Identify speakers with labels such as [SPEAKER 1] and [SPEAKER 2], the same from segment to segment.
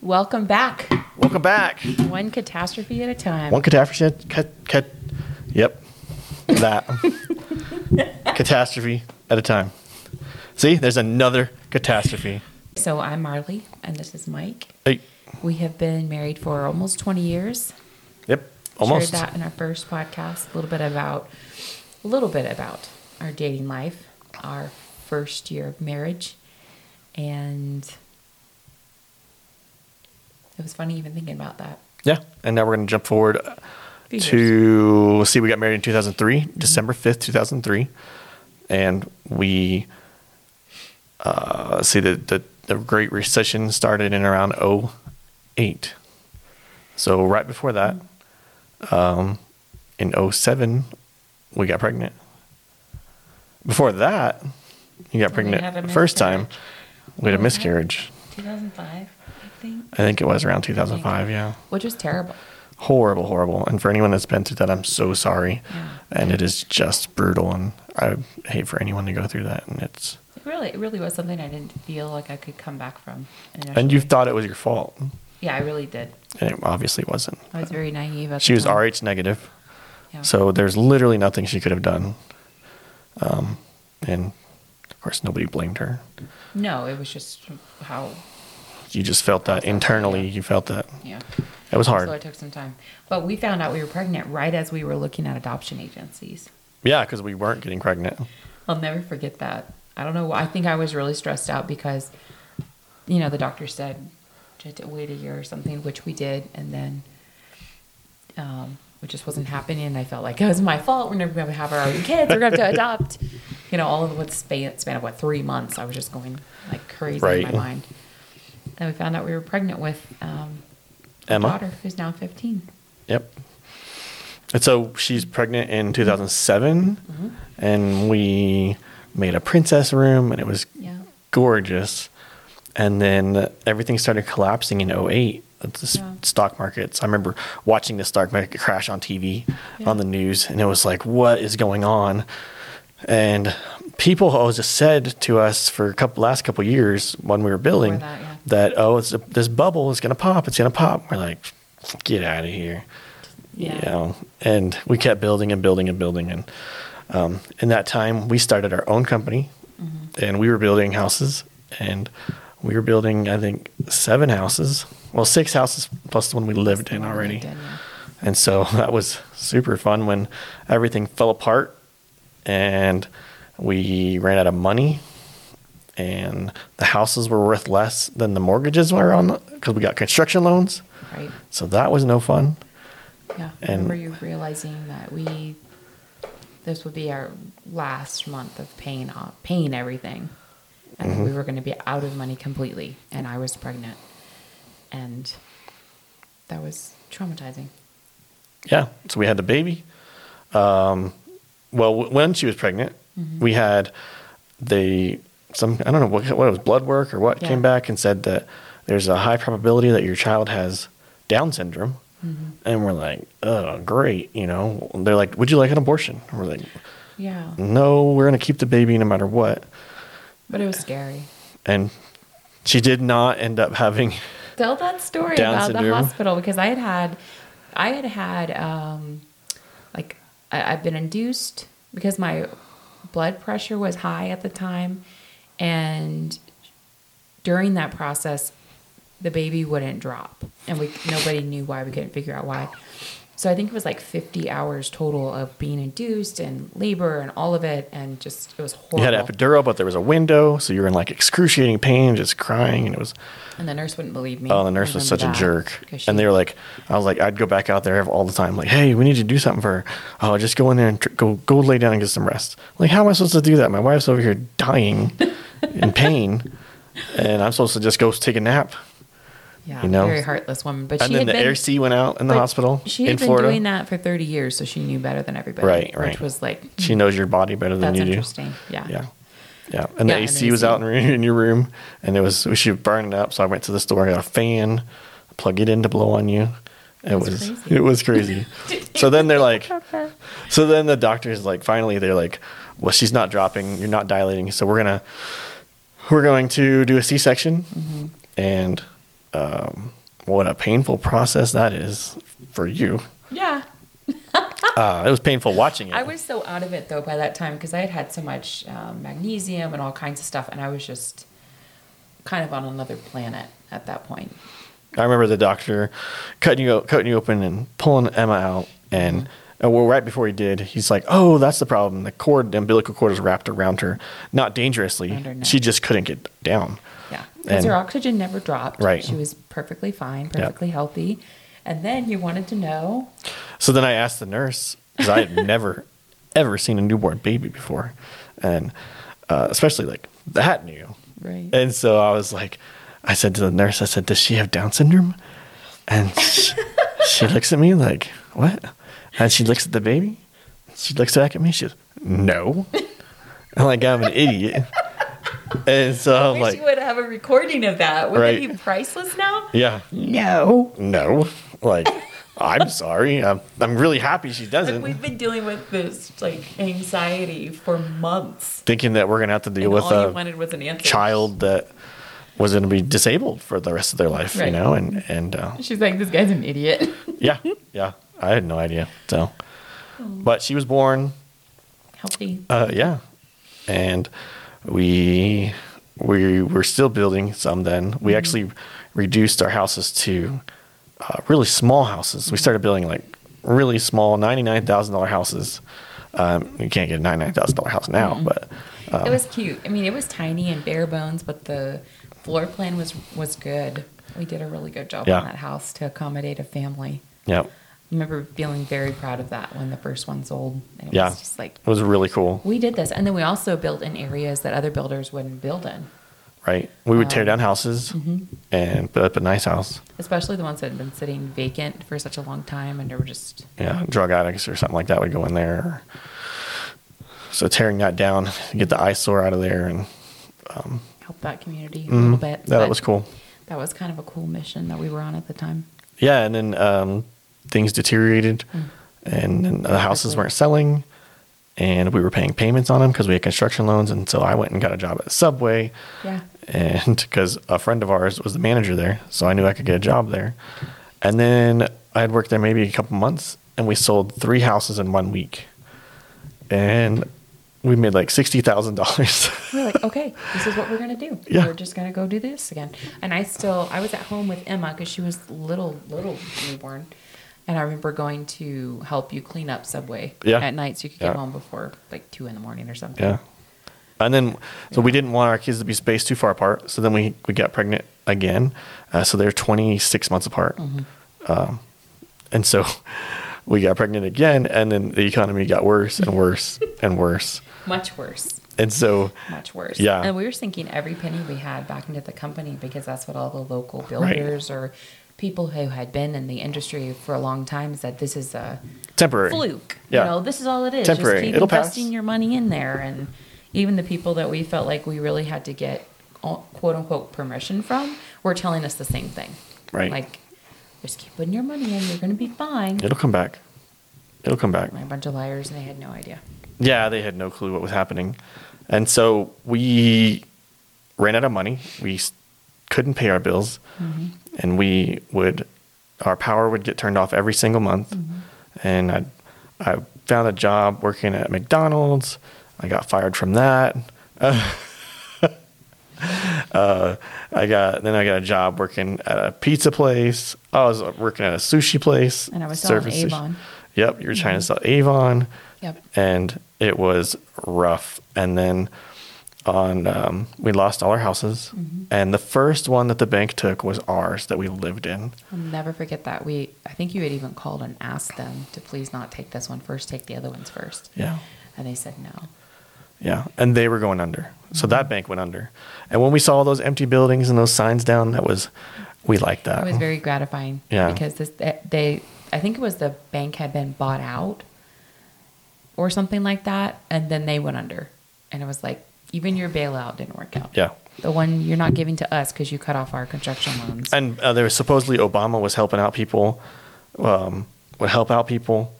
[SPEAKER 1] Welcome back.
[SPEAKER 2] Welcome back.
[SPEAKER 1] One catastrophe at a time.
[SPEAKER 2] One catastrophe. Cat, cat, yep. That. catastrophe at a time. See, there's another catastrophe.
[SPEAKER 1] So I'm Marley, and this is Mike.
[SPEAKER 2] Hey,
[SPEAKER 1] We have been married for almost 20 years.
[SPEAKER 2] yep. Almost.
[SPEAKER 1] Shared that in our first podcast. A little bit about, a little bit about our dating life, our first year of marriage, and it was funny even thinking about that.
[SPEAKER 2] Yeah. And now we're going to jump forward
[SPEAKER 1] Few Mm-hmm.
[SPEAKER 2] to see, we got married in 2003, December 5th, 2003. And we uh, see that the, the Great Recession started in around 08. So, right before that, um, in 07, we got pregnant. Before that, you got
[SPEAKER 1] we
[SPEAKER 2] pregnant
[SPEAKER 1] had a
[SPEAKER 2] the first time.
[SPEAKER 1] miscarriage.
[SPEAKER 2] We had
[SPEAKER 1] Well,
[SPEAKER 2] a
[SPEAKER 1] that-
[SPEAKER 2] miscarriage.
[SPEAKER 1] 2005, I think,
[SPEAKER 2] I think it was around 2005, yeah
[SPEAKER 1] which was terrible.
[SPEAKER 2] horrible, horrible. And for anyone that's been through that, I'm so sorry.
[SPEAKER 1] Yeah.
[SPEAKER 2] And it is just brutal. And I hate for anyone to go through that. And it's
[SPEAKER 1] It really, it really was something I didn't feel like I could come back from.
[SPEAKER 2] and you
[SPEAKER 1] initially.
[SPEAKER 2] thought it was your fault,
[SPEAKER 1] yeah, I really did.
[SPEAKER 2] and it obviously wasn't.
[SPEAKER 1] I was very naive. At
[SPEAKER 2] She
[SPEAKER 1] the
[SPEAKER 2] was
[SPEAKER 1] time.
[SPEAKER 2] Rh negative,
[SPEAKER 1] Yeah.
[SPEAKER 2] so there's literally nothing she could have done. Um, and of course, nobody blamed her.
[SPEAKER 1] no, it was just how.
[SPEAKER 2] You just felt that internally. You felt that
[SPEAKER 1] Yeah.
[SPEAKER 2] it was
[SPEAKER 1] So it
[SPEAKER 2] hard.
[SPEAKER 1] took some time, but we found out we were pregnant right as we were looking at adoption agencies.
[SPEAKER 2] Yeah, because we weren't getting pregnant.
[SPEAKER 1] I'll never forget that. I don't know. why- I think I was really stressed out because, you know, the doctor said you had to wait a year or something, which we did, and then, um, it just wasn't happening. And I felt like it was my fault. We're never going to have our own kids. We're going to have to adopt. You know, all of what span span of what three months. I was just going like crazy in
[SPEAKER 2] Right.
[SPEAKER 1] my mind. Then we found out we were pregnant with um, our
[SPEAKER 2] Emma.
[SPEAKER 1] daughter, who's now fifteen.
[SPEAKER 2] Yep. And so she's pregnant in 2007,
[SPEAKER 1] Mm-hmm.
[SPEAKER 2] and we made a princess room, and it was
[SPEAKER 1] Yeah.
[SPEAKER 2] gorgeous. And then everything started collapsing in 08. It's The s-
[SPEAKER 1] Yeah.
[SPEAKER 2] stock markets. I remember watching the stock market crash on TV,
[SPEAKER 1] Yeah.
[SPEAKER 2] on the news, and it was like, what is going on? And people always just said to us for a couple last couple years when we were building
[SPEAKER 1] that, yeah.
[SPEAKER 2] that oh, it's a, this bubble is going to pop. It's going to pop. We're like, get out of here you know, and we kept building and building and building. And um, in that time, we started our own company, and we were building houses, and we were building, I think, seven houses, well, six houses plus the one we lived in already.
[SPEAKER 1] Done, yeah.
[SPEAKER 2] And so that was super fun when everything fell apart and we ran out of money and the houses were worth less than the mortgages were on because we got construction loans.
[SPEAKER 1] Right.
[SPEAKER 2] So that was no fun.
[SPEAKER 1] Yeah. I
[SPEAKER 2] And-
[SPEAKER 1] remember you realizing that we this would be our last month of paying off, paying everything, and we were going to be out of money completely. And I was pregnant, and that was traumatizing.
[SPEAKER 2] Yeah. So we had the baby. Um, well, w- when she was pregnant,
[SPEAKER 1] Mm-hmm.
[SPEAKER 2] we had the some I don't know what, what it was blood work or what
[SPEAKER 1] Yeah.
[SPEAKER 2] came back and said that there's a high probability that your child has Down syndrome.
[SPEAKER 1] Mm-hmm.
[SPEAKER 2] And we're like, oh, great. You know, And they're like, would you like an abortion? And we're like,
[SPEAKER 1] Yeah,
[SPEAKER 2] no, we're going to keep the baby no matter what.
[SPEAKER 1] but it was scary.
[SPEAKER 2] And she did not end up having,
[SPEAKER 1] Tell that story
[SPEAKER 2] Down
[SPEAKER 1] about
[SPEAKER 2] syndrome.
[SPEAKER 1] the hospital because I had had, I had had, um, like I, I've been induced because my blood pressure was high at the time, and during that process, the baby wouldn't drop, and we nobody knew why. We couldn't figure out why. So I think it was like 50 hours total of being induced and labor and all of it, and just it was horrible.
[SPEAKER 2] you had epidural, but there was a window. So you were in like excruciating pain, just crying. And it was,
[SPEAKER 1] and the nurse wouldn't believe me.
[SPEAKER 2] Oh, the nurse was such a jerk. And they were like, I was like, I'd go back out there all the time, like, hey, we need to do something for her. Oh, just go in there and tr- go go lay down and get some rest. Like, how am I supposed to do that? My wife's over here dying in pain, and I'm supposed to just go take a nap.
[SPEAKER 1] Yeah,
[SPEAKER 2] You know?
[SPEAKER 1] very heartless woman. But
[SPEAKER 2] And
[SPEAKER 1] she
[SPEAKER 2] then
[SPEAKER 1] had
[SPEAKER 2] the
[SPEAKER 1] been,
[SPEAKER 2] AC went out in the
[SPEAKER 1] but
[SPEAKER 2] hospital
[SPEAKER 1] She had
[SPEAKER 2] in
[SPEAKER 1] been
[SPEAKER 2] Florida.
[SPEAKER 1] doing that for thirty years, so she knew better than everybody.
[SPEAKER 2] Right, right.
[SPEAKER 1] Which was like
[SPEAKER 2] She knows your body better than
[SPEAKER 1] that's
[SPEAKER 2] you do.
[SPEAKER 1] interesting. Yeah.
[SPEAKER 2] Yeah.
[SPEAKER 1] Yeah,
[SPEAKER 2] Yeah. And the
[SPEAKER 1] and
[SPEAKER 2] AC
[SPEAKER 1] the
[SPEAKER 2] was
[SPEAKER 1] AC.
[SPEAKER 2] out in, in your room and it was, she was burning up. So I went to the store, I got a fan, plug it in to blow on you. It
[SPEAKER 1] That's
[SPEAKER 2] was,
[SPEAKER 1] crazy.
[SPEAKER 2] it was crazy. so then they're like, so then the doctor's like, finally, they're like, well, she's not dropping, you're not
[SPEAKER 1] Mm-hmm.
[SPEAKER 2] dilating. So we're going to, we're going to do a C-section. And um, what a painful process that is for you.
[SPEAKER 1] Yeah.
[SPEAKER 2] Uh, it was painful watching it.
[SPEAKER 1] I was so out of it though by that time because I had had so much um, magnesium and all kinds of stuff, and I was just kind of on another planet at that point.
[SPEAKER 2] I remember the doctor cutting you cutting you open and pulling Emma out, and
[SPEAKER 1] Mm-hmm.
[SPEAKER 2] uh, well, right before he did, he's like, "Oh, that's the problem. The cord, the umbilical cord, is wrapped around her, not dangerously.
[SPEAKER 1] Around her neck.
[SPEAKER 2] She just couldn't get down."
[SPEAKER 1] Yeah, because
[SPEAKER 2] And-
[SPEAKER 1] her oxygen never dropped.
[SPEAKER 2] Right.
[SPEAKER 1] She was perfectly fine, perfectly healthy. And then you wanted to know.
[SPEAKER 2] So then I asked the nurse because I had never ever seen a newborn baby before, and uh, especially like that new.
[SPEAKER 1] Right.
[SPEAKER 2] And so I was like, I said to the nurse, I said, "Does she have Down syndrome?" And she, she looks at me like, "What?" And she looks at the baby. She looks back at me. She goes, "No." I'm like, I'm an idiot. And so
[SPEAKER 1] I
[SPEAKER 2] I'm
[SPEAKER 1] wish
[SPEAKER 2] like,
[SPEAKER 1] you would have a recording of that. Would
[SPEAKER 2] Right.
[SPEAKER 1] it be priceless now?
[SPEAKER 2] "Yeah,
[SPEAKER 1] No.
[SPEAKER 2] no." Like, I'm sorry. I'm, I'm really happy she doesn't.
[SPEAKER 1] We've been dealing with this like anxiety for months.
[SPEAKER 2] thinking that we're gonna have to deal
[SPEAKER 1] And
[SPEAKER 2] with
[SPEAKER 1] all
[SPEAKER 2] a
[SPEAKER 1] you wanted was an answer.
[SPEAKER 2] child that was gonna be disabled for the rest of their life, you
[SPEAKER 1] Right.
[SPEAKER 2] know, and and uh,
[SPEAKER 1] She's like, this guy's an idiot.
[SPEAKER 2] yeah, yeah, I had no idea. So, but she was born,
[SPEAKER 1] Healthy.
[SPEAKER 2] uh, yeah, and we we were still building some. Then
[SPEAKER 1] Mm-hmm.
[SPEAKER 2] we actually reduced our houses to uh, really small houses. We started building like really small ninety nine thousand dollar houses. Um, you can't get a ninety nine thousand dollar house now,
[SPEAKER 1] Mm-hmm.
[SPEAKER 2] but Uh-huh.
[SPEAKER 1] it was cute. I mean, it was tiny and bare bones, but the floor plan was was good. We did a really good job
[SPEAKER 2] Yeah.
[SPEAKER 1] on that house to accommodate a family.
[SPEAKER 2] yeah,
[SPEAKER 1] I remember feeling very proud of that when the first one sold. And it
[SPEAKER 2] Yeah.
[SPEAKER 1] was just like,
[SPEAKER 2] it was really cool.
[SPEAKER 1] we did this. And then we also built in areas that other builders wouldn't build in,
[SPEAKER 2] right? We would tear down houses
[SPEAKER 1] Mm-hmm.
[SPEAKER 2] and put up a nice house.
[SPEAKER 1] especially the ones that had been sitting vacant for such a long time and they were just,
[SPEAKER 2] Yeah, drug addicts or something like that would go in there. So tearing that down, get the eyesore out of there, and
[SPEAKER 1] helped that community a little bit.
[SPEAKER 2] Mm-hmm. that
[SPEAKER 1] But
[SPEAKER 2] was cool.
[SPEAKER 1] That was kind of a cool mission that we were on at the time.
[SPEAKER 2] Yeah, and then um, things deteriorated,
[SPEAKER 1] Mm.
[SPEAKER 2] and then the houses weren't selling, and we were paying payments on them because we had construction loans. And so I went and got a job at Subway,
[SPEAKER 1] Yeah.
[SPEAKER 2] and because a friend of ours was the manager there, so I knew I could get a job there. And then I had worked there maybe a couple months, and we sold three houses in one week, and we made like sixty thousand dollars.
[SPEAKER 1] We We're like, okay, this is what we're gonna do.
[SPEAKER 2] Yeah.
[SPEAKER 1] We're just gonna go do this again. And I still, I was at home with Emma because she was little, little newborn, and I remember going to help you clean up Subway
[SPEAKER 2] Yeah.
[SPEAKER 1] at night so you could get
[SPEAKER 2] Yeah.
[SPEAKER 1] home before like two in the morning or something.
[SPEAKER 2] yeah, and then so we didn't want our kids to be spaced too far apart, so then we we got pregnant again, uh, so they're twenty six months apart,
[SPEAKER 1] Mm-hmm.
[SPEAKER 2] um, and so. We got pregnant again, and then the economy got worse and worse and worse.
[SPEAKER 1] much worse,
[SPEAKER 2] And so
[SPEAKER 1] much worse.
[SPEAKER 2] Yeah.
[SPEAKER 1] and we were sinking every penny we had back into the company because that's what all the local builders or people who had been in the industry for a long time said this is a
[SPEAKER 2] temporary
[SPEAKER 1] fluke.
[SPEAKER 2] Yeah.
[SPEAKER 1] You know, this is all it is.
[SPEAKER 2] Temporary.
[SPEAKER 1] Just keep
[SPEAKER 2] It'll
[SPEAKER 1] investing
[SPEAKER 2] pass.
[SPEAKER 1] your money in there. And even the people that we felt like we really had to get uh, quote unquote permission from were telling us the same thing.
[SPEAKER 2] Right.
[SPEAKER 1] Like, just keep putting your money in, you're going to be fine.
[SPEAKER 2] It'll come back. It'll come back.
[SPEAKER 1] And a bunch of liars and they had no idea.
[SPEAKER 2] Yeah, they had no clue what was happening. And so we ran out of money. We s- couldn't pay our bills.
[SPEAKER 1] Mm-hmm.
[SPEAKER 2] And we would, our power would get turned off every single month.
[SPEAKER 1] Mm-hmm.
[SPEAKER 2] And I, I found a job working at McDonald's. I got fired from that. Uh, I got then I got a job working at a pizza place. I was working at a sushi place.
[SPEAKER 1] And I was selling
[SPEAKER 2] service sushi.
[SPEAKER 1] Avon.
[SPEAKER 2] Yep, you were trying to sell Avon.
[SPEAKER 1] Mm-hmm. Yep.
[SPEAKER 2] And it was rough. And then on um, we lost all our houses,
[SPEAKER 1] Mm-hmm.
[SPEAKER 2] and the first one that the bank took was ours that we lived in.
[SPEAKER 1] I'll never forget that. We, I think you had even called and asked them to please not take this one first, take the other ones first.
[SPEAKER 2] Yeah.
[SPEAKER 1] And they said no.
[SPEAKER 2] Yeah, and they were going under. So
[SPEAKER 1] Mm-hmm.
[SPEAKER 2] that bank went under. And when we saw those empty buildings and those signs down, that was we liked that.
[SPEAKER 1] It was very gratifying.
[SPEAKER 2] Yeah.
[SPEAKER 1] Because this eh, they I think it was the bank had been bought out or something like that, and then they went under, and it was like even your bailout didn't work out.
[SPEAKER 2] yeah.
[SPEAKER 1] The one you're not giving to us because you cut off our construction loans.
[SPEAKER 2] And uh, there was supposedly Obama was helping out people, um, would help out people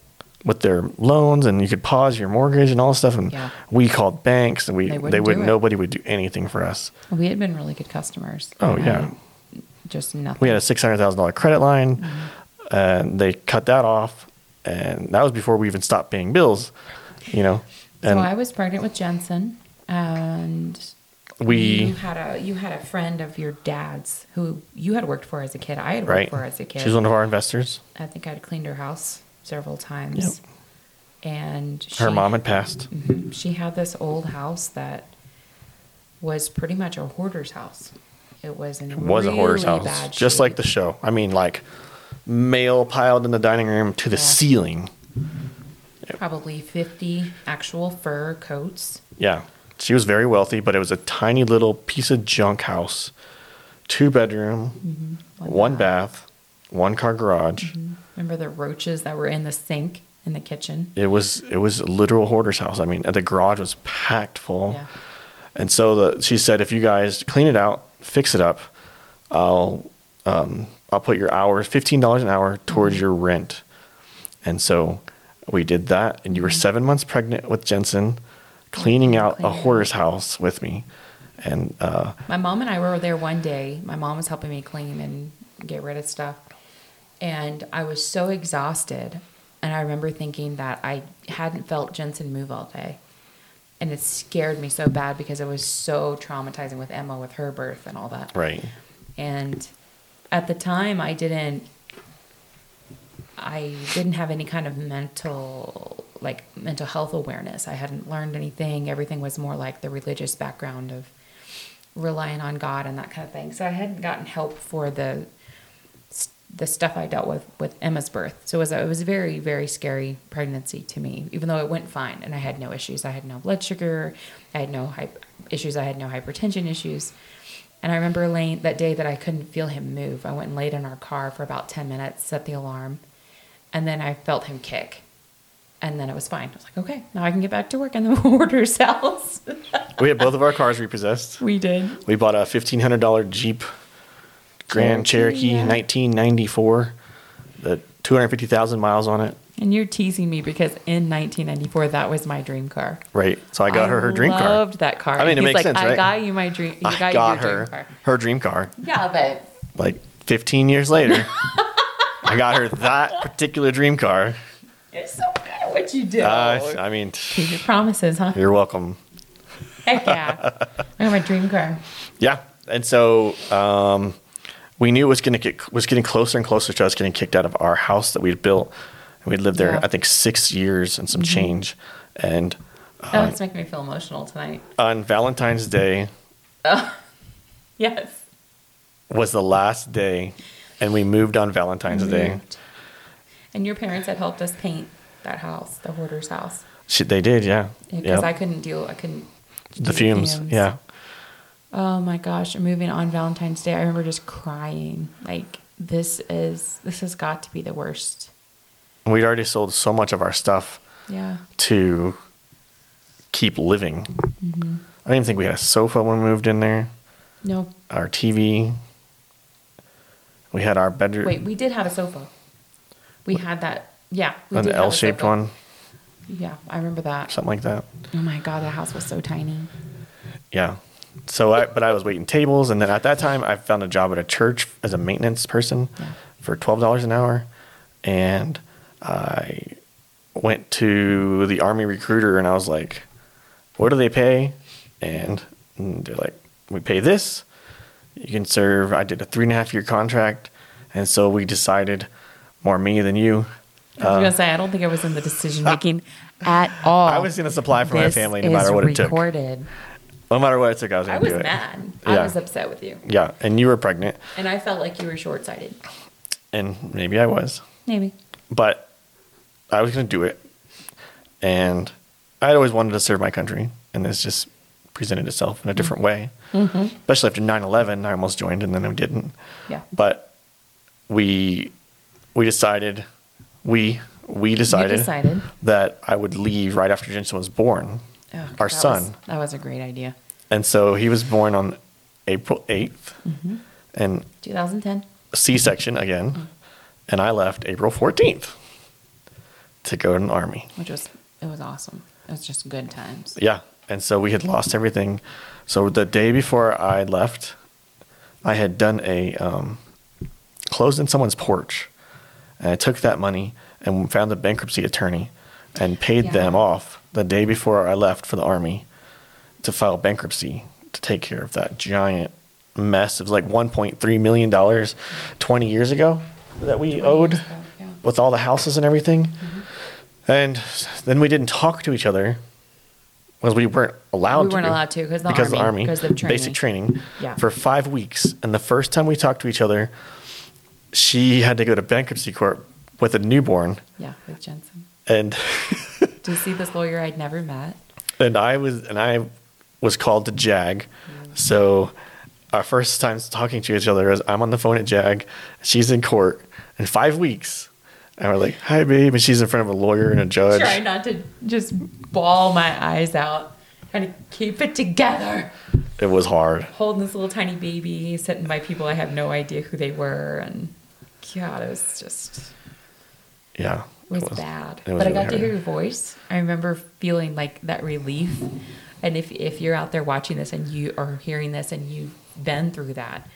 [SPEAKER 2] with their loans, and you could pause your mortgage and all this stuff. And
[SPEAKER 1] Yeah.
[SPEAKER 2] we called banks, and we
[SPEAKER 1] They wouldn't
[SPEAKER 2] they would
[SPEAKER 1] do it.
[SPEAKER 2] nobody would do anything for us.
[SPEAKER 1] we had been really good customers.
[SPEAKER 2] Oh
[SPEAKER 1] And
[SPEAKER 2] yeah,
[SPEAKER 1] I just nothing.
[SPEAKER 2] we had a six hundred thousand dollar credit line,
[SPEAKER 1] Mm-hmm.
[SPEAKER 2] and they cut that off, and that was before we even stopped paying bills, you know. And
[SPEAKER 1] so I was pregnant with Jensen, and
[SPEAKER 2] we
[SPEAKER 1] you had a you had a friend of your dad's who you had worked for as a kid. I had worked
[SPEAKER 2] right,
[SPEAKER 1] for as a kid.
[SPEAKER 2] she's one of our investors.
[SPEAKER 1] I think I'd cleaned her house several times, and she,
[SPEAKER 2] Her mom had passed.
[SPEAKER 1] Mhm. she had this old house that was pretty much a hoarder's house. It was in
[SPEAKER 2] was a hoarder's
[SPEAKER 1] really
[SPEAKER 2] house,
[SPEAKER 1] bad
[SPEAKER 2] just like
[SPEAKER 1] shape.
[SPEAKER 2] the show. I mean, like mail piled in the dining room to the
[SPEAKER 1] Yeah.
[SPEAKER 2] ceiling.
[SPEAKER 1] probably 50 actual fur coats.
[SPEAKER 2] Yeah, she was very wealthy, but it was a tiny little piece of junk house, two bedroom,
[SPEAKER 1] One
[SPEAKER 2] one bath, one car garage.
[SPEAKER 1] Mm-hmm. Remember the roaches that were in the sink in the kitchen?
[SPEAKER 2] It was it was a literal hoarder's house. I mean, the garage was packed full.
[SPEAKER 1] Yeah.
[SPEAKER 2] And so the, she said, if you guys clean it out, fix it up, I'll um, I'll put your hours, fifteen dollars an hour, towards your rent. And so we did that, and you were seven months pregnant with Jensen, Mm-hmm. cleaning out a
[SPEAKER 1] Cleaning.
[SPEAKER 2] hoarder's house with me, and uh,
[SPEAKER 1] My mom and I were there one day. My mom was helping me clean and get rid of stuff. And I was so exhausted. And I remember thinking that I hadn't felt Jensen move all day. And it scared me so bad because it was so traumatizing with Emma, with her birth and all that.
[SPEAKER 2] right,
[SPEAKER 1] and at the time i didn't i didn't have any kind of mental like mental health awareness i hadn't learned anything everything was more like the religious background of relying on god and that kind of thing so i hadn't gotten help for the the stuff i dealt with with emma's birth so it was a, it was a very very scary pregnancy to me even though it went fine and i had no issues i had no blood sugar i had no hy- issues i had no hypertension issues and I remember laying that day that I couldn't feel him move. I went and laid in our car for about 10 minutes, set the alarm, and then I felt him kick. And then it was fine. I was like, okay, now I can get back to work in the hoarder's house.
[SPEAKER 2] we had both of our cars repossessed.
[SPEAKER 1] we did.
[SPEAKER 2] We bought a fifteen hundred dollar Jeep Grand
[SPEAKER 1] Cherokee,
[SPEAKER 2] Cherokee,
[SPEAKER 1] yeah.
[SPEAKER 2] nineteen ninety four, the two hundred fifty thousand miles on it.
[SPEAKER 1] And you're teasing me because in 1994, that was my dream car.
[SPEAKER 2] Right. So I got her her dream
[SPEAKER 1] I
[SPEAKER 2] car.
[SPEAKER 1] loved that car.
[SPEAKER 2] I mean,
[SPEAKER 1] He's
[SPEAKER 2] it makes
[SPEAKER 1] like,
[SPEAKER 2] sense,
[SPEAKER 1] I
[SPEAKER 2] right?
[SPEAKER 1] got you my dream. You got,
[SPEAKER 2] I
[SPEAKER 1] you
[SPEAKER 2] got
[SPEAKER 1] your
[SPEAKER 2] her
[SPEAKER 1] dream car.
[SPEAKER 2] her dream car.
[SPEAKER 1] Yeah, but
[SPEAKER 2] Like 15 years later, I got her that particular dream car.
[SPEAKER 1] it's so good at what you do.
[SPEAKER 2] Uh, I mean,
[SPEAKER 1] Keep your promises, huh?
[SPEAKER 2] you're welcome.
[SPEAKER 1] Heck yeah. I got my dream car.
[SPEAKER 2] Yeah. And so um, we knew it was going to get was getting closer and closer to us getting kicked out of our house that we'd built. And we'd lived there,
[SPEAKER 1] Yeah. Mm-hmm.
[SPEAKER 2] I think, six years and some change. And
[SPEAKER 1] That was Oh, making me feel emotional tonight.
[SPEAKER 2] on Valentine's Day
[SPEAKER 1] Yes.
[SPEAKER 2] was the last day, and we moved on Valentine's Day.
[SPEAKER 1] And your parents had helped us paint that house, the hoarder's house,
[SPEAKER 2] She, they did, yeah.
[SPEAKER 1] because
[SPEAKER 2] Yep.
[SPEAKER 1] I couldn't deal. I couldn't. do
[SPEAKER 2] the fumes, yeah.
[SPEAKER 1] Oh my gosh! Moving on Valentine's Day, I remember just crying. Like this is this has got to be the worst.
[SPEAKER 2] We'd already sold so much of our stuff
[SPEAKER 1] Yeah.
[SPEAKER 2] to keep living.
[SPEAKER 1] Mm-hmm.
[SPEAKER 2] I didn't even think we had a sofa when we moved in there,
[SPEAKER 1] No.
[SPEAKER 2] our TV. We had our bedroom,
[SPEAKER 1] Wait, we did have a sofa. We had that. Yeah. We
[SPEAKER 2] an
[SPEAKER 1] did have a
[SPEAKER 2] L shaped
[SPEAKER 1] sofa.
[SPEAKER 2] one,
[SPEAKER 1] Yeah, I remember that.
[SPEAKER 2] something like that.
[SPEAKER 1] Oh my god, the house was so tiny.
[SPEAKER 2] Yeah. So I, but I was waiting tables. And then at that time, I found a job at a church as a maintenance person
[SPEAKER 1] Yeah.
[SPEAKER 2] for $12 an hour. And I went to the army recruiter and I was like, what do they pay? And they're like, we pay this. You can serve. I did a three and a half year contract. And so we decided more me than you.
[SPEAKER 1] I
[SPEAKER 2] Uh,
[SPEAKER 1] was gonna say I don't think I was in the decision making at all.
[SPEAKER 2] I was going to supply for my
[SPEAKER 1] This
[SPEAKER 2] family no
[SPEAKER 1] is
[SPEAKER 2] matter what it took.
[SPEAKER 1] recorded.
[SPEAKER 2] No matter what it took, I was
[SPEAKER 1] I
[SPEAKER 2] going to
[SPEAKER 1] was
[SPEAKER 2] do it.
[SPEAKER 1] mad.
[SPEAKER 2] Yeah.
[SPEAKER 1] I was upset with you.
[SPEAKER 2] Yeah. And you were pregnant.
[SPEAKER 1] And I felt like you were short sighted.
[SPEAKER 2] And maybe I was.
[SPEAKER 1] Maybe.
[SPEAKER 2] but I was going to do it. And I'd always wanted to serve my country, and this just presented itself in a different way. Especially after 9 11, I almost joined and then I didn't.
[SPEAKER 1] Mm-hmm. Yeah.
[SPEAKER 2] But we, we decided, we, we decided,
[SPEAKER 1] decided.
[SPEAKER 2] that I would leave right after Jensen was born,
[SPEAKER 1] Ugh,
[SPEAKER 2] our
[SPEAKER 1] Oh, that
[SPEAKER 2] son.
[SPEAKER 1] was- that was a great idea.
[SPEAKER 2] And so he was born on April 8th,
[SPEAKER 1] Mm-hmm.
[SPEAKER 2] and
[SPEAKER 1] 2010.
[SPEAKER 2] C section again. And I left April 14th to go to the army.
[SPEAKER 1] Which was it was awesome. It was just good times.
[SPEAKER 2] Yeah. And so we had lost everything. So the day before I left, I had done a um, closed in someone's porch, and I took that money and found a bankruptcy attorney and paid
[SPEAKER 1] Yeah.
[SPEAKER 2] them off the day before I left for the army to file bankruptcy to take care of that giant mess. It was like 1.3 million dollars 20 years ago that we owed
[SPEAKER 1] years ago, yeah. Mm-hmm.
[SPEAKER 2] with all the houses and everything. And then we didn't talk to each other because we weren't allowed
[SPEAKER 1] We
[SPEAKER 2] to.
[SPEAKER 1] weren't
[SPEAKER 2] be-
[SPEAKER 1] allowed to 'cause the
[SPEAKER 2] because
[SPEAKER 1] army,
[SPEAKER 2] the army,
[SPEAKER 1] 'cause of
[SPEAKER 2] basic training
[SPEAKER 1] Yeah.
[SPEAKER 2] for five weeks. And the first time we talked to each other, she had to go to bankruptcy court with a newborn,
[SPEAKER 1] Yeah, with Jensen.
[SPEAKER 2] and
[SPEAKER 1] To see this lawyer I'd never met.
[SPEAKER 2] and I was and I was called to JAG, so our first times talking to each other is I'm on the phone at JAG, she's in court in five weeks, and we're like, "Hi, babe," and she's in front of a lawyer and a judge.
[SPEAKER 1] Try not to just bawl my eyes out. Trying to keep it together.
[SPEAKER 2] It was hard.
[SPEAKER 1] Holding this little tiny baby, sitting by people I have no idea who they were. And God, it was just.
[SPEAKER 2] Yeah,
[SPEAKER 1] It was, bad.
[SPEAKER 2] it was
[SPEAKER 1] but I got
[SPEAKER 2] really
[SPEAKER 1] to
[SPEAKER 2] hard.
[SPEAKER 1] hear your voice. I remember feeling like that relief. And if if you're out there watching this and you are hearing this and you've been through that,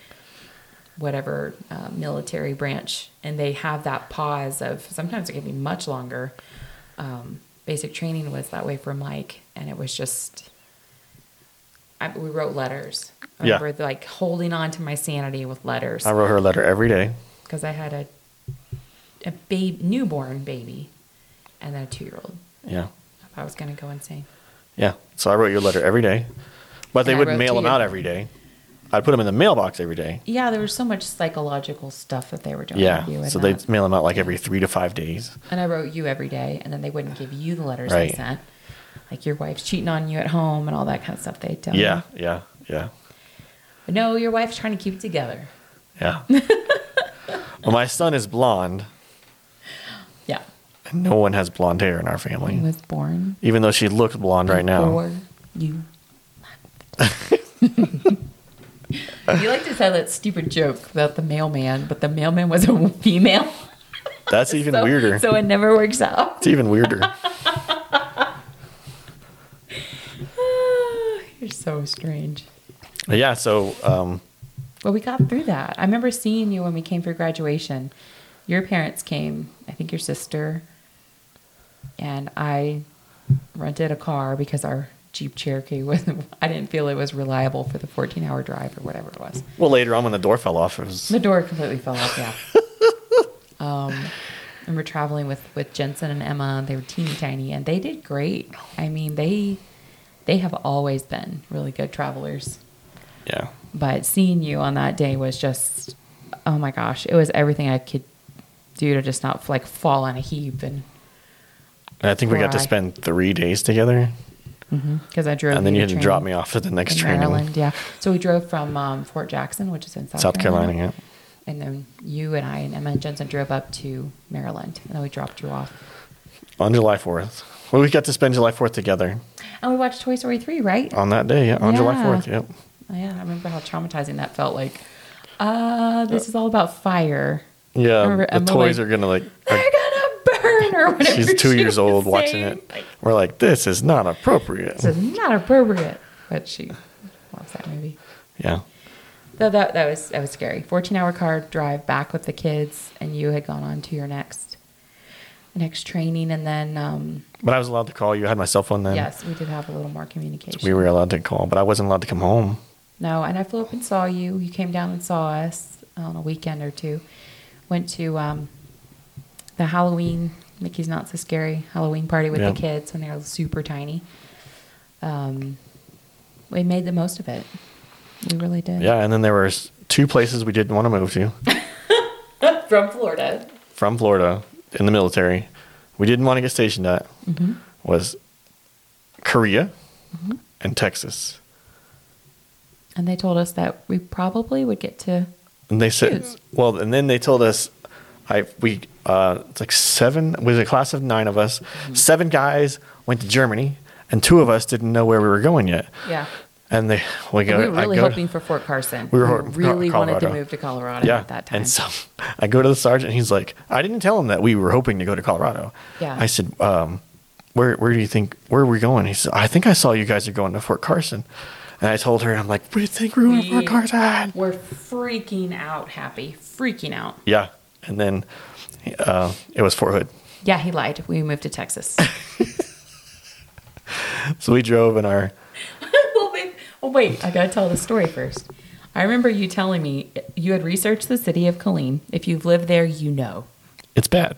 [SPEAKER 1] whatever uh, military branch, and they have that pause of sometimes it can be much longer. Um, basic training was that way for Mike, and it was just. I, we wrote letters. I
[SPEAKER 2] Yeah.
[SPEAKER 1] remember like holding on to my sanity with letters
[SPEAKER 2] I wrote her a letter every day.
[SPEAKER 1] because I had a a babe, newborn baby, and then a two year old.
[SPEAKER 2] Yeah.
[SPEAKER 1] I was gonna go insane.
[SPEAKER 2] Yeah. So I wrote your letter every day, but they
[SPEAKER 1] And I
[SPEAKER 2] wouldn't
[SPEAKER 1] wrote
[SPEAKER 2] mail
[SPEAKER 1] to
[SPEAKER 2] them
[SPEAKER 1] you.
[SPEAKER 2] out every day. I'd put them in the mailbox every day.
[SPEAKER 1] Yeah, there was so much psychological stuff that they were doing. with you
[SPEAKER 2] Yeah.
[SPEAKER 1] and
[SPEAKER 2] So they
[SPEAKER 1] that.
[SPEAKER 2] mail them out like every three to five days.
[SPEAKER 1] and I wrote you every day, and then they wouldn't give you the letters
[SPEAKER 2] Right.
[SPEAKER 1] they sent, like your wife's cheating on you at home and all that kind of stuff. They tell
[SPEAKER 2] Yeah.
[SPEAKER 1] you.
[SPEAKER 2] Yeah. Yeah.
[SPEAKER 1] But no, your wife's trying to keep it together.
[SPEAKER 2] Yeah. well, my son is blonde,
[SPEAKER 1] Yeah,
[SPEAKER 2] and no one has blonde hair in our
[SPEAKER 1] he
[SPEAKER 2] family,
[SPEAKER 1] was born
[SPEAKER 2] even though she looks blonde right now.
[SPEAKER 1] before you. left. you like to tell that stupid joke about the mailman, but the mailman was a female.
[SPEAKER 2] That's even
[SPEAKER 1] so,
[SPEAKER 2] weirder.
[SPEAKER 1] So it never works out.
[SPEAKER 2] it's even weirder.
[SPEAKER 1] You're so strange.
[SPEAKER 2] But yeah. So, um,
[SPEAKER 1] Well, we got through that. I remember seeing you when we came for graduation. Your parents came, I think your sister, and I rented a car because our Jeep Cherokee was, I didn't feel it was reliable for the 14 hour drive or whatever it was.
[SPEAKER 2] well, later on when the door fell off, it was,
[SPEAKER 1] The door completely fell off, yeah. um, I remember traveling with, with Jensen and Emma. They were teeny tiny, and they did great. I mean, they they have always been really good travelers.
[SPEAKER 2] yeah.
[SPEAKER 1] But seeing you on that day was just, oh my gosh, it was everything I could do to just not like fall on a heap, and
[SPEAKER 2] And I think we got to
[SPEAKER 1] Why?
[SPEAKER 2] spend three days together,
[SPEAKER 1] because I drove
[SPEAKER 2] and then you had to drop
[SPEAKER 1] training
[SPEAKER 2] me off at the next
[SPEAKER 1] in
[SPEAKER 2] training.
[SPEAKER 1] Maryland, yeah. So we drove from um, Fort Jackson, which is in South,
[SPEAKER 2] South Carolina, yeah.
[SPEAKER 1] and then you and I and Emma and Jensen drove up to Maryland, and then we dropped you off.
[SPEAKER 2] on July 4th. Well, we got to spend July 4th together
[SPEAKER 1] And we watched Toy Story 3, right?
[SPEAKER 2] on that day, yeah, on July
[SPEAKER 1] Yeah.
[SPEAKER 2] 4th. Yep.
[SPEAKER 1] yeah, I remember how traumatizing that felt. Like, uh, this is all about fire. I
[SPEAKER 2] Yeah,
[SPEAKER 1] remember
[SPEAKER 2] the
[SPEAKER 1] Emma,
[SPEAKER 2] toys
[SPEAKER 1] like,
[SPEAKER 2] are gonna like. are-
[SPEAKER 1] They're gonna burn or whatever.
[SPEAKER 2] she's two
[SPEAKER 1] she
[SPEAKER 2] years
[SPEAKER 1] was
[SPEAKER 2] old watching
[SPEAKER 1] saying.
[SPEAKER 2] it. We're like, this is not appropriate.
[SPEAKER 1] This is not appropriate. But she loves that movie.
[SPEAKER 2] Yeah,
[SPEAKER 1] Though that that was that was scary. Fourteen hour car drive back with the kids, and you had gone on to your next next training, and then um,
[SPEAKER 2] but I was allowed to call you. I had my cell phone then.
[SPEAKER 1] yes, we did have a little more communication.
[SPEAKER 2] we were allowed to call, but I wasn't allowed to come home.
[SPEAKER 1] No, and I flew up and saw you. You came down and saw us on a weekend or two. Went to um, the Halloween Mickey's Not So Scary Halloween party with
[SPEAKER 2] Yeah.
[SPEAKER 1] the kids when they were super tiny. Um, we made the most of it. We really did.
[SPEAKER 2] Yeah, and then there were s- two places we didn't want to move to
[SPEAKER 1] From Florida.
[SPEAKER 2] from Florida in the military. We didn't want to get stationed at
[SPEAKER 1] Mm-hmm.
[SPEAKER 2] was Korea and Texas.
[SPEAKER 1] And they told us that we probably would get to.
[SPEAKER 2] And they said,
[SPEAKER 1] Choose.
[SPEAKER 2] well, and then they told us, I we uh, it's like seven it was a class of nine of us.
[SPEAKER 1] Mm-hmm.
[SPEAKER 2] Seven guys went to Germany, and two of us didn't know where we were going yet.
[SPEAKER 1] Yeah.
[SPEAKER 2] And they we
[SPEAKER 1] We
[SPEAKER 2] go.
[SPEAKER 1] were
[SPEAKER 2] I
[SPEAKER 1] really
[SPEAKER 2] go to-
[SPEAKER 1] hoping for Fort Carson.
[SPEAKER 2] We were hoping for
[SPEAKER 1] really wanted to
[SPEAKER 2] Colorado.
[SPEAKER 1] move to Colorado at that time.
[SPEAKER 2] And so I go to the sergeant. He's like, I didn't tell him that we were hoping to go to Colorado.
[SPEAKER 1] Yeah.
[SPEAKER 2] I said, um, where where do you think where are we going? He said, I think I saw you guys are going to Fort Carson. And I told her, I'm like, we think we're going for a car ride.
[SPEAKER 1] We're freaking out, happy. Freaking out.
[SPEAKER 2] Yeah. And then uh, it was Fort Hood.
[SPEAKER 1] Yeah, he lied. We moved to Texas.
[SPEAKER 2] So we drove in our,
[SPEAKER 1] well, wait, oh, wait, I gotta tell the story first. I remember you telling me you had researched the city of Killeen. If you've lived there, you know.
[SPEAKER 2] it's bad.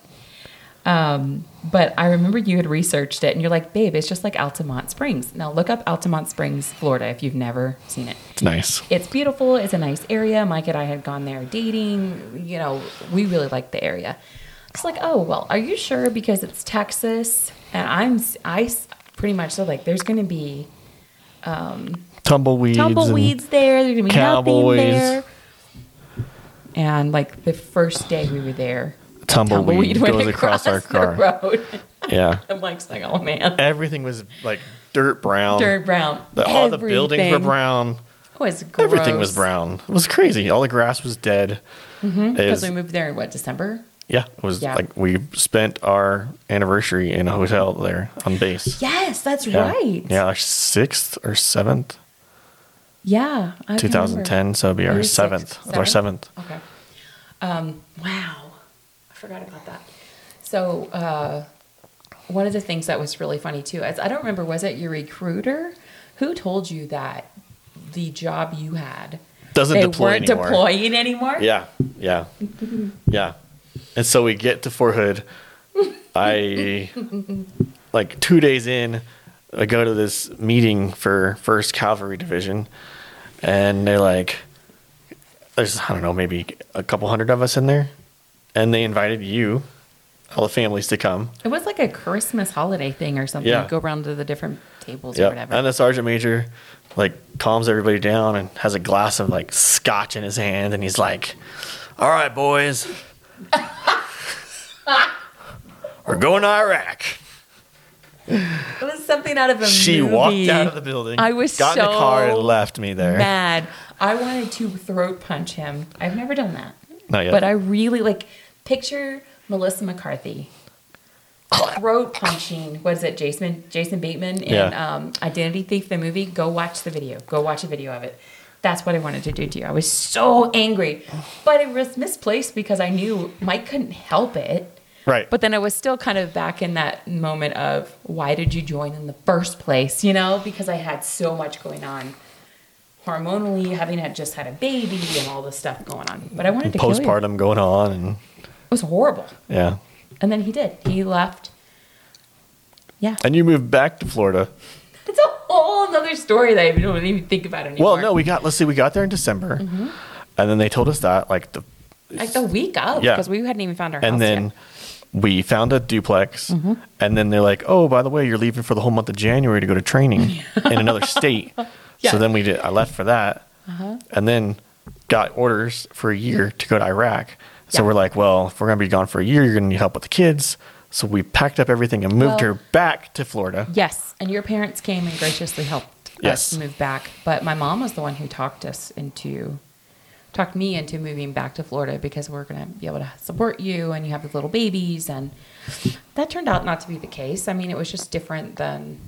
[SPEAKER 1] But I remember you had researched it and you're like, babe, it's just like Altamont Springs. Now look up Altamont Springs, Florida, if you've never seen it.
[SPEAKER 2] It's nice.
[SPEAKER 1] It's beautiful. It's a nice area. Mike and I had gone there dating. You know, we really liked the area. It's like, oh well, are you sure? Because it's Texas, and I'm s- I s- pretty much said like, there's going to be
[SPEAKER 2] Tumbleweeds. and-
[SPEAKER 1] tumbleweeds there. There's going to be
[SPEAKER 2] cowboys.
[SPEAKER 1] nothing there. And like the first day we were there, a
[SPEAKER 2] Tumbleweed goes across our car.
[SPEAKER 1] The road.
[SPEAKER 2] yeah.
[SPEAKER 1] and Mike's like, oh man,
[SPEAKER 2] Everything was like dirt brown.
[SPEAKER 1] dirt brown.
[SPEAKER 2] Um, The- all the buildings were
[SPEAKER 1] Everything
[SPEAKER 2] brown.
[SPEAKER 1] Was gross.
[SPEAKER 2] Everything was brown. It was crazy. All the grass was dead. Mm-hmm,
[SPEAKER 1] because we moved there in what December.
[SPEAKER 2] yeah, it was
[SPEAKER 1] Yeah.
[SPEAKER 2] like we spent our anniversary in a hotel there on base.
[SPEAKER 1] Yes, that's
[SPEAKER 2] Yeah.
[SPEAKER 1] right.
[SPEAKER 2] Yeah, our sixth or seventh,
[SPEAKER 1] Yeah, I can
[SPEAKER 2] 2010. So it'd be our
[SPEAKER 1] Maybe sixth,
[SPEAKER 2] seventh. It was Our
[SPEAKER 1] seventh?
[SPEAKER 2] seventh.
[SPEAKER 1] remember. Okay. Um, wow, I forgot about that. So uh, one of the things that was really funny too is I don't remember was it your recruiter who told you that the job you had
[SPEAKER 2] Doesn't
[SPEAKER 1] they
[SPEAKER 2] deploy
[SPEAKER 1] weren't
[SPEAKER 2] anymore.
[SPEAKER 1] deploying anymore.
[SPEAKER 2] Yeah, yeah, yeah. And so we get to Fort Hood. I like two days in, I go to this meeting for First Cavalry Division, and they're like, "There's I don't know, maybe a couple hundred of us in there," and they invited you, all the families, to come.
[SPEAKER 1] It was like a Christmas holiday thing or something.
[SPEAKER 2] Yeah.
[SPEAKER 1] Go around to the different tables or
[SPEAKER 2] Yeah,
[SPEAKER 1] whatever.
[SPEAKER 2] and the sergeant major like calms everybody down and has a glass of like scotch in his hand, and he's like, "All right, boys, we're going to Iraq."
[SPEAKER 1] it was something out of a
[SPEAKER 2] She
[SPEAKER 1] movie.
[SPEAKER 2] walked out of the building.
[SPEAKER 1] I was
[SPEAKER 2] got in the car and
[SPEAKER 1] so
[SPEAKER 2] left me there.
[SPEAKER 1] mad. I wanted to throat punch him. I've never done that.
[SPEAKER 2] Not yet.
[SPEAKER 1] But I really like picture Melissa McCarthy throat punching. What is it, Jason? Jason Bateman in
[SPEAKER 2] Yeah.
[SPEAKER 1] um, Identity Thief, the movie. Go watch the video. Go watch a video of it. That's what I wanted to do to you. I was so angry, but it was misplaced because I knew Mike couldn't help it.
[SPEAKER 2] right.
[SPEAKER 1] But then I was still kind of back in that moment of why did you join in the first place? You know, because I had so much going on hormonally, having had just had a baby and all this stuff going on. But I wanted to kill you.
[SPEAKER 2] postpartum going on, and
[SPEAKER 1] It was horrible.
[SPEAKER 2] yeah,
[SPEAKER 1] And then he did. He left. Yeah,
[SPEAKER 2] and you moved back to Florida.
[SPEAKER 1] it's a whole another story that I don't even think about anymore.
[SPEAKER 2] Well, no, we got. Let's see, we got there in December,
[SPEAKER 1] Mm-hmm.
[SPEAKER 2] and then they told us that like the
[SPEAKER 1] like the week of
[SPEAKER 2] Yeah.
[SPEAKER 1] because we hadn't even found our house
[SPEAKER 2] and then
[SPEAKER 1] yet.
[SPEAKER 2] we found a duplex
[SPEAKER 1] Mm-hmm.
[SPEAKER 2] and then they're like oh by the way you're leaving for the whole month of january to go to training in another state
[SPEAKER 1] Yeah. Uh-huh.
[SPEAKER 2] so then we did i left for that and then got orders for a year to go to iraq so
[SPEAKER 1] Yeah.
[SPEAKER 2] we're like well if we're going to be gone for a year you're going to need help with the kids so we packed up everything and moved
[SPEAKER 1] Well-
[SPEAKER 2] her back to florida
[SPEAKER 1] Yes, and your parents came and graciously helped
[SPEAKER 2] Yes.
[SPEAKER 1] us move back. But my mom was the one who talked us into, talked me into moving back to Florida because we're going to be able to support you and you have the little babies. And that turned out not to be the case. I mean, it was just different than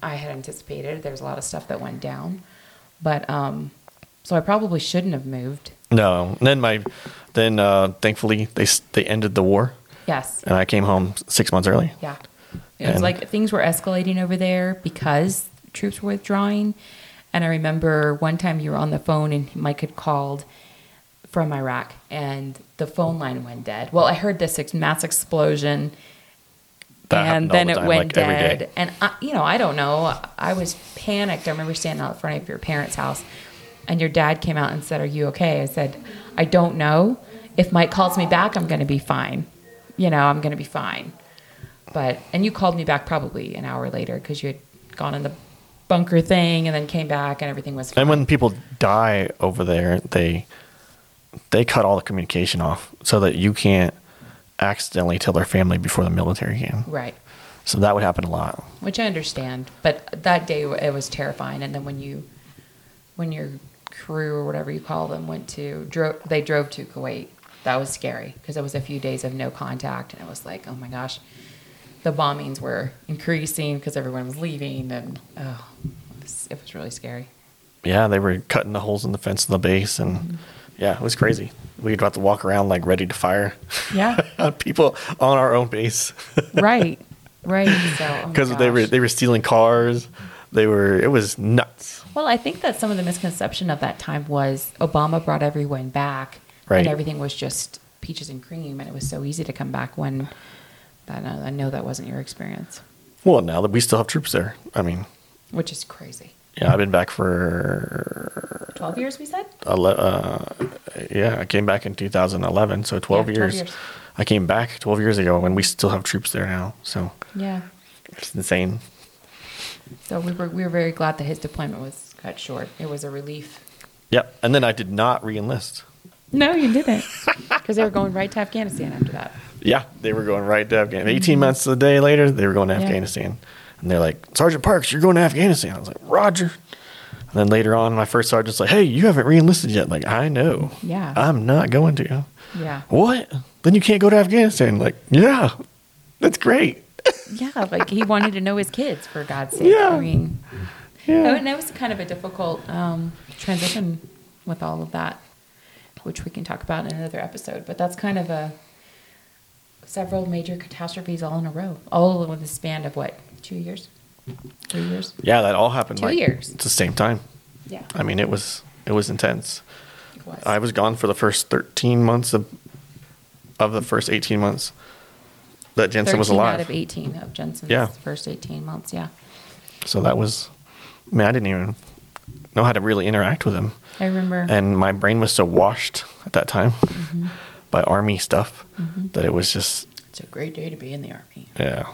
[SPEAKER 1] I had anticipated. There's a lot of stuff that went down. But um, so I probably shouldn't have moved.
[SPEAKER 2] no and then my then uh, thankfully they s- they ended the war
[SPEAKER 1] Yes.
[SPEAKER 2] and i came home six months early
[SPEAKER 1] Yeah. It was
[SPEAKER 2] And-
[SPEAKER 1] like things were escalating over there because troops were withdrawing. And I remember one time you were on the phone and Mike had called from Iraq and the phone line went dead. Well, I heard this ex- mass explosion
[SPEAKER 2] That
[SPEAKER 1] and
[SPEAKER 2] happened all
[SPEAKER 1] then
[SPEAKER 2] the
[SPEAKER 1] it
[SPEAKER 2] time,
[SPEAKER 1] went
[SPEAKER 2] like, every day.
[SPEAKER 1] dead. And I, you know, I don't know. I was panicked. I remember standing out in front of your parents' house, and your dad came out and said, "Are you okay?" I said, "I don't know. If Mike calls me back, I'm going to be fine. You know, I'm going to be fine." But and you called me back probably an hour later because you had gone in the bunker thing and then came back and everything was fine.
[SPEAKER 2] And when people die over there, they they cut all the communication off so that you can't accidentally tell their family before the military can.
[SPEAKER 1] right.
[SPEAKER 2] So that would happen a lot.
[SPEAKER 1] which I understand. But that day it was terrifying. And then when you, when your crew or whatever you call them went to drove, they drove to Kuwait. That was scary because it was a few days of no contact, and it was like, oh my gosh, the bombings were increasing because everyone was leaving, and oh, it was, it was really scary.
[SPEAKER 2] yeah, they were cutting the holes in the fence in the base, and
[SPEAKER 1] Mm-hmm.
[SPEAKER 2] yeah, it was crazy. We'd have to walk around like ready to fire
[SPEAKER 1] Yeah.
[SPEAKER 2] on people on our own base
[SPEAKER 1] right. Right. So oh my
[SPEAKER 2] because they were
[SPEAKER 1] gosh.
[SPEAKER 2] they were stealing cars. They were it was nuts.
[SPEAKER 1] Well, I think that some of the misconception of that time was Obama brought everyone back,
[SPEAKER 2] Right.
[SPEAKER 1] and everything was just peaches and cream, and it was so easy to come back when. That I know that wasn't your experience,
[SPEAKER 2] Well, now that we still have troops there, I mean,
[SPEAKER 1] which is crazy.
[SPEAKER 2] yeah, I've been back for
[SPEAKER 1] Twelve years, we said.
[SPEAKER 2] ele- uh, yeah, I came back in 2011, so 12,
[SPEAKER 1] Yeah, 12
[SPEAKER 2] years.
[SPEAKER 1] years.
[SPEAKER 2] I came back 12 years ago, and we still have troops there now. So
[SPEAKER 1] Yeah.
[SPEAKER 2] it's insane.
[SPEAKER 1] So we were we were very glad that his deployment was cut short. It was a relief.
[SPEAKER 2] Yep. And then I did not reenlist.
[SPEAKER 1] No, you didn't, because they were going right to Afghanistan after that.
[SPEAKER 2] Yeah, they were going right to Afghanistan. 18 months a day later, they were going to
[SPEAKER 1] Mm-hmm. Yeah.
[SPEAKER 2] Afghanistan. And they're like, Sergeant Parks, you're going to Afghanistan. I was like, Roger. And then later on, my first sergeant's like, hey, you haven't reenlisted yet. Like, I know.
[SPEAKER 1] Yeah.
[SPEAKER 2] I'm not going to.
[SPEAKER 1] Yeah.
[SPEAKER 2] What? Then you can't go to Afghanistan. Like, yeah, that's great.
[SPEAKER 1] Yeah, like he wanted to know his kids for God's sake.
[SPEAKER 2] Yeah.
[SPEAKER 1] I mean,
[SPEAKER 2] Yeah.
[SPEAKER 1] and that was kind of a difficult um, transition with all of that, which we can talk about in another episode. But that's kind of a several major catastrophes all in a row, all within the span of what two years, three years.
[SPEAKER 2] Yeah, that all happened.
[SPEAKER 1] Two
[SPEAKER 2] like,
[SPEAKER 1] years.
[SPEAKER 2] At the same time.
[SPEAKER 1] Yeah,
[SPEAKER 2] I mean, it was it was intense.
[SPEAKER 1] it was.
[SPEAKER 2] I was gone for the first thirteen months of of the first eighteen months that Jensen was
[SPEAKER 1] 13
[SPEAKER 2] alive.
[SPEAKER 1] Out of eighteen of Jensen's
[SPEAKER 2] Yeah.
[SPEAKER 1] first eighteen months. Yeah,
[SPEAKER 2] So that was, I mean, I didn't even know how to really interact with him,
[SPEAKER 1] I remember. Mm-hmm.
[SPEAKER 2] and my brain was so washed at that time by army stuff that it was just
[SPEAKER 1] it's a great day to be in the army.
[SPEAKER 2] yeah,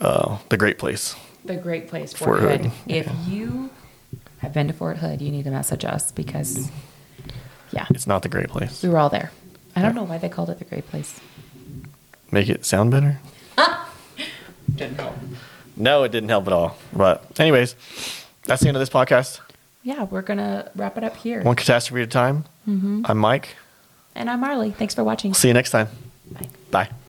[SPEAKER 2] uh, the great place.
[SPEAKER 1] the great place
[SPEAKER 2] Fort
[SPEAKER 1] Fort,
[SPEAKER 2] Hood.
[SPEAKER 1] Hood. If you have been to Fort Hood, you need to message us because, yeah,
[SPEAKER 2] It's not the great place.
[SPEAKER 1] we were all there. I don't know why they called it the great place.
[SPEAKER 2] Make it sound better.
[SPEAKER 1] Didn't help.
[SPEAKER 2] No, it didn't help at all. But anyways, that's the end of this podcast.
[SPEAKER 1] Yeah, we're gonna wrap it up here.
[SPEAKER 2] One catastrophe at a time. I'm Mike.
[SPEAKER 1] And I'm Marley. Thanks for watching.
[SPEAKER 2] See you next time.
[SPEAKER 1] Bye.
[SPEAKER 2] Bye.